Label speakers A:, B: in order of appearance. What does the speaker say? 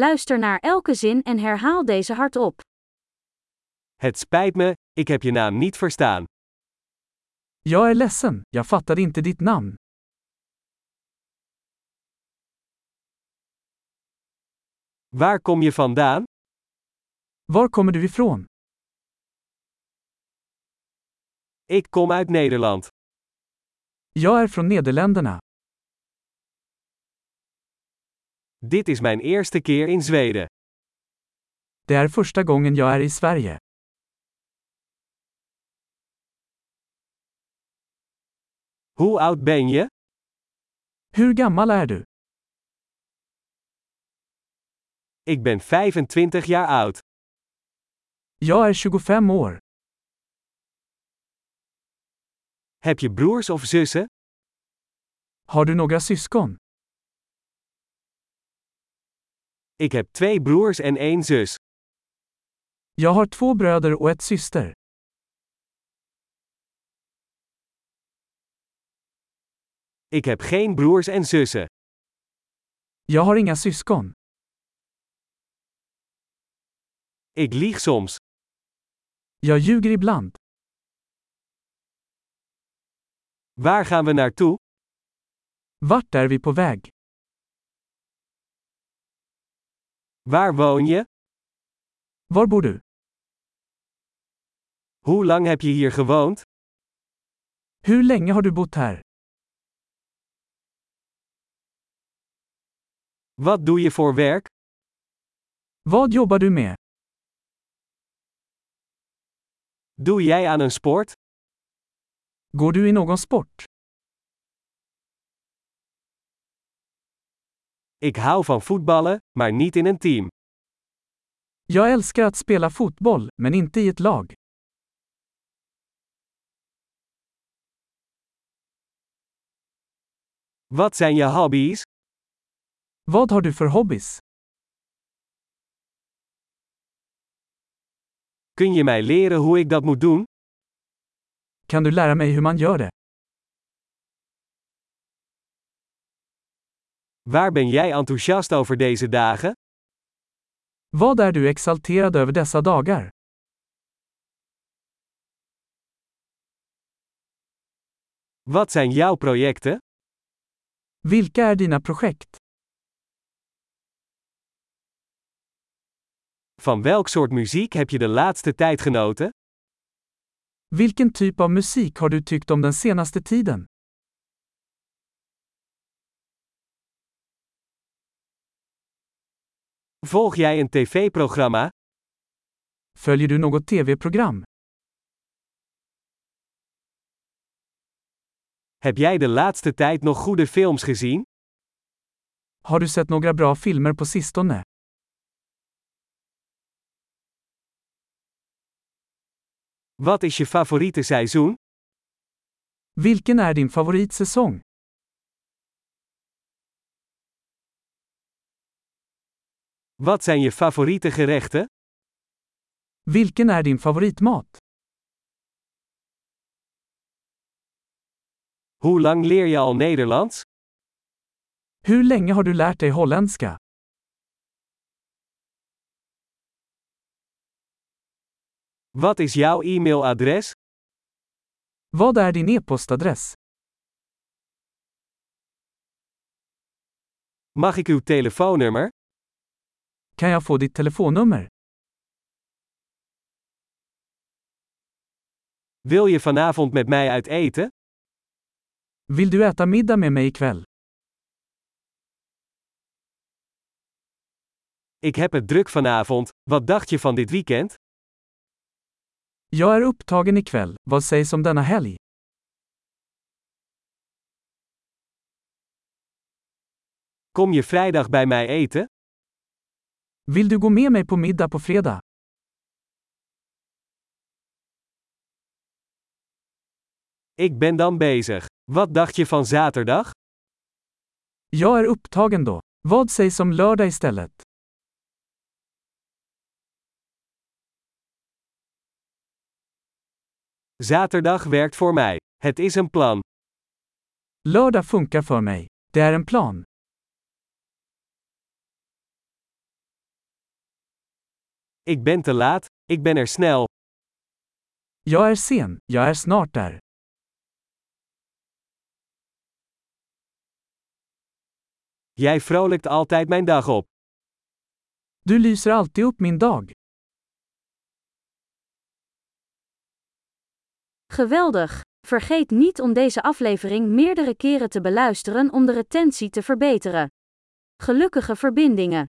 A: Luister naar elke zin en herhaal deze hardop.
B: Het spijt me, ik heb je naam niet verstaan.
C: Jag är ledsen, jag fattar inte ditt namn.
B: Waar kom je vandaan?
C: Var kommer du ifrån?
B: Ik kom uit Nederland.
C: Jag är från Nederländerna.
B: Dit is mijn eerste keer in Zweden.
C: Det är första gången jag är i Sverige.
B: Hoe oud ben je?
C: Hur gammal är du?
B: Ik ben 25 jaar oud.
C: Jag är 25 år.
B: Heb je broers of zussen?
C: Har du några syskon?
B: Ik heb twee broers en één zus.
C: Jag har två bröder och ett syster.
B: Ik heb geen broers en zussen.
C: Jag har inga syskon.
B: Ik lieg soms.
C: Jag ljuger ibland.
B: Waar gaan we naartoe?
C: Vart är vi på väg?
B: Waar woon je?
C: Var bor du?
B: Hoe lang heb je hier gewoond?
C: Hur länge har du bott här?
B: Wat doe je voor werk?
C: Vad jobbar du med?
B: Doe jij aan een sport?
C: Går du i någon sport?
B: Ik hou van voetballen, maar niet in een team.
C: Jag älskar att spela fotboll, men inte i ett lag.
B: Wat zijn je hobby's?
C: Vad har du för hobbys?
B: Kun je mij leren hoe ik dat moet doen?
C: Kan du lära mig hur man gör det?
B: Waar ben jij enthousiast over deze dagen?
C: Vad är du exalterad över dessa dagar?
B: Wat zijn jouw projecten?
C: Vilka är dina projekt?
B: Van welk soort muziek heb je de laatste tijd genoten?
C: Vilken typ av musik har du tyckt om den senaste tiden?
B: Volg jij een tv-programma?
C: Följer du något tv-program?
B: Heb jij de laatste tijd nog goede films gezien?
C: Har du sett några bra filmer på sistone?
B: Wat is je favoriete seizoen?
C: Vilken är din favoritsäsong?
B: Wat zijn je favoriete gerechten?
C: Vilken är din favoritmat?
B: Hoe lang leer je al Nederlands?
C: Hur länge har du lärt dig holländska?
B: Wat is jouw e-mailadres?
C: Vad är din e-postadress?
B: Mag ik uw telefoonnummer?
C: Kan jag få ditt telefonnummer?
B: Wil je vanavond met mij uit eten?
C: Vill du äta middag med mig ikväll?
B: Ik heb het druk vanavond. Wat dacht je van dit weekend?
C: Jag är upptagen ikväll, vad sägs om denna helg?
B: Kom je vrijdag bij mij eten?
C: Vill du gå med mig på middag på fredag?
B: Ik ben dan bezig. Wat dacht je van zaterdag?
C: Jag är upptagen då. Vad sägs om lördag istället?
B: Zaterdag werkt voor mij. Het is een plan.
C: Lördag funkar för mig. Det är en plan.
B: Ik ben te laat, ik ben er snel.
C: Jag är sen, jag är snart där.
B: Jij vrolijkt altijd mijn dag op.
C: Du lyser alltid upp min dag.
A: Geweldig! Vergeet niet om deze aflevering meerdere keren te beluisteren om de retentie te verbeteren. Gelukkige verbindingen!